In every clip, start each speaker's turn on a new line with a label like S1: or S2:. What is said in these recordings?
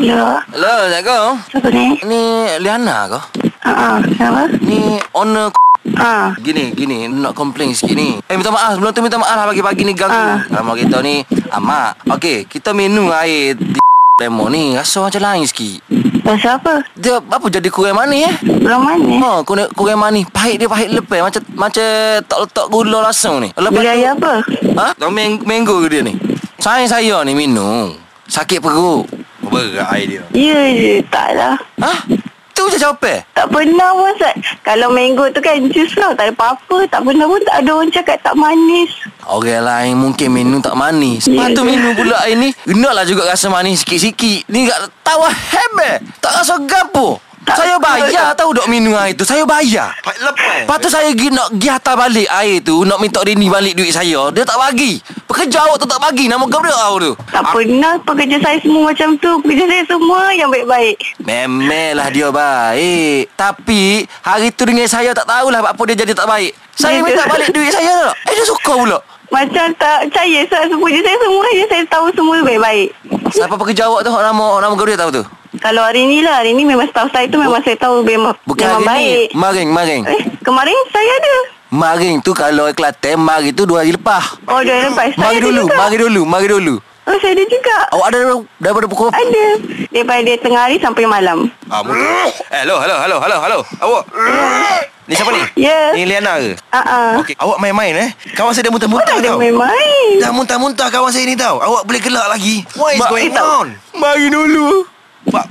S1: Ya.
S2: Hello, Assalamualaikum.
S1: Siapa ni?
S2: Ni Liana ke?
S1: Ah, ah, kenapa?
S2: Ni owner k-
S1: Ah.
S2: Gini, gini Nak komplain sikit ni Eh, minta maaf Sebelum tu minta maaf lah Pagi-pagi ni ganggu
S1: Ah.
S2: Lama kita ni Amak Okey, kita minum air di Lemon ni Rasa macam lain sikit
S1: Pasal apa?
S2: Dia apa jadi kurang manis eh
S1: Belum manis.
S2: Ha, kurang, kurang manis Pahit dia pahit lepas Macam macam tak letak gula langsung ni Lepas
S1: Beli air apa?
S2: Ha? Tahu mang- mango ke dia ni? Saya saya ni minum. Sakit perut. Berat air dia.
S1: Ya, je. tak lah.
S2: Ha? Tu je eh? jawapan.
S1: Tak pernah pun Zat. Kalau mango tu kan jus lah. Tak ada apa-apa. Tak pernah pun tak ada orang cakap tak manis.
S2: Orang lain mungkin minum tak manis.
S1: Ya.
S2: Lepas tu minum pula air ni. Enaklah juga rasa manis sikit-sikit. Ni tak tahu hebel. Tak rasa gapo.
S1: Tak-
S2: Saya bayar tahu dok minum air tu. Saya bayar.
S3: Pak lepas.
S2: Lepas tu saya pergi nak pergi hantar balik air tu Nak minta Rini balik duit saya Dia tak bagi Pekerja awak tu tak bagi Nama gerak awak tu
S1: Tak pernah pekerja saya semua macam tu. Pekerja saya semua yang baik-baik.
S2: Memelah dia baik Tapi Hari tu dengan saya tak tahulah Apa dia jadi tak baik
S1: Ya,
S2: Saya minta
S1: ke?
S2: balik duit saya tak Eh dia suka pula
S1: Macam tak percaya Zat. Pekerja saya semua je saya tahu semua baik-baik.
S2: Siapa pekerja awak tu Hak Nama hak nama kau dia tahu tu
S1: Kalau hari ni lah. Hari ni memang staff saya tu memang saya tahu memang,
S2: Bukan
S1: memang
S2: hari
S1: baik.
S2: ni Maring Maring
S1: Eh, kemarin saya ada.
S2: Maring tu kalau Kelantan Maring tu dua hari lepas
S1: Oh, dah lepas. Saya
S2: Mari
S1: ada
S2: dulu
S1: juga.
S2: Mari dulu Mari dulu
S1: Oh, saya ada juga.
S2: Awak ada daripada pukul berapa?
S1: Ada. Daripada tengah hari sampai malam.
S3: Ah, mungkin. Eh, hello, hello, hello, hello, hello. Awak. Ni siapa ni?
S1: Ya.
S3: Ni Liana ke?
S1: Ah,
S2: Oh,
S1: ah.
S3: Okey, awak main-main eh. Kawan saya dah muntah-muntah
S1: Dia
S3: tau.
S1: main-main.
S3: Dah muntah-muntah kawan saya ni tau. Awak boleh gelak lagi. What is
S2: Mak-
S3: going
S1: Eh, tak.
S3: on?
S2: Mari dulu Hmm,
S3: Pak,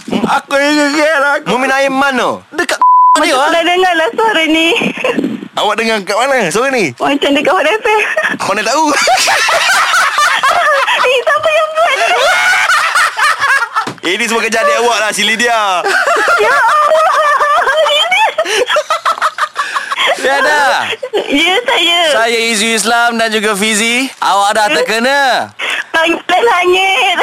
S2: Aku ingat aku
S3: Mumin air mana?
S2: Dekat
S1: Macam tu
S2: dia ah.
S1: dah dengar lah suara ni.
S3: Awak dengar kat mana sore ni?
S1: Macam dekat Hot FM.
S3: Kau nak tahu?
S1: Eh, siapa yang buat ni?
S3: Ini semua kerja adik awak lah, si Lydia.
S1: Ya Allah. Ini.
S2: Dia ada
S1: Ya, saya.
S2: Saya Izu Islam dan juga Fizi Awak dah terkena
S1: lah Langit langit.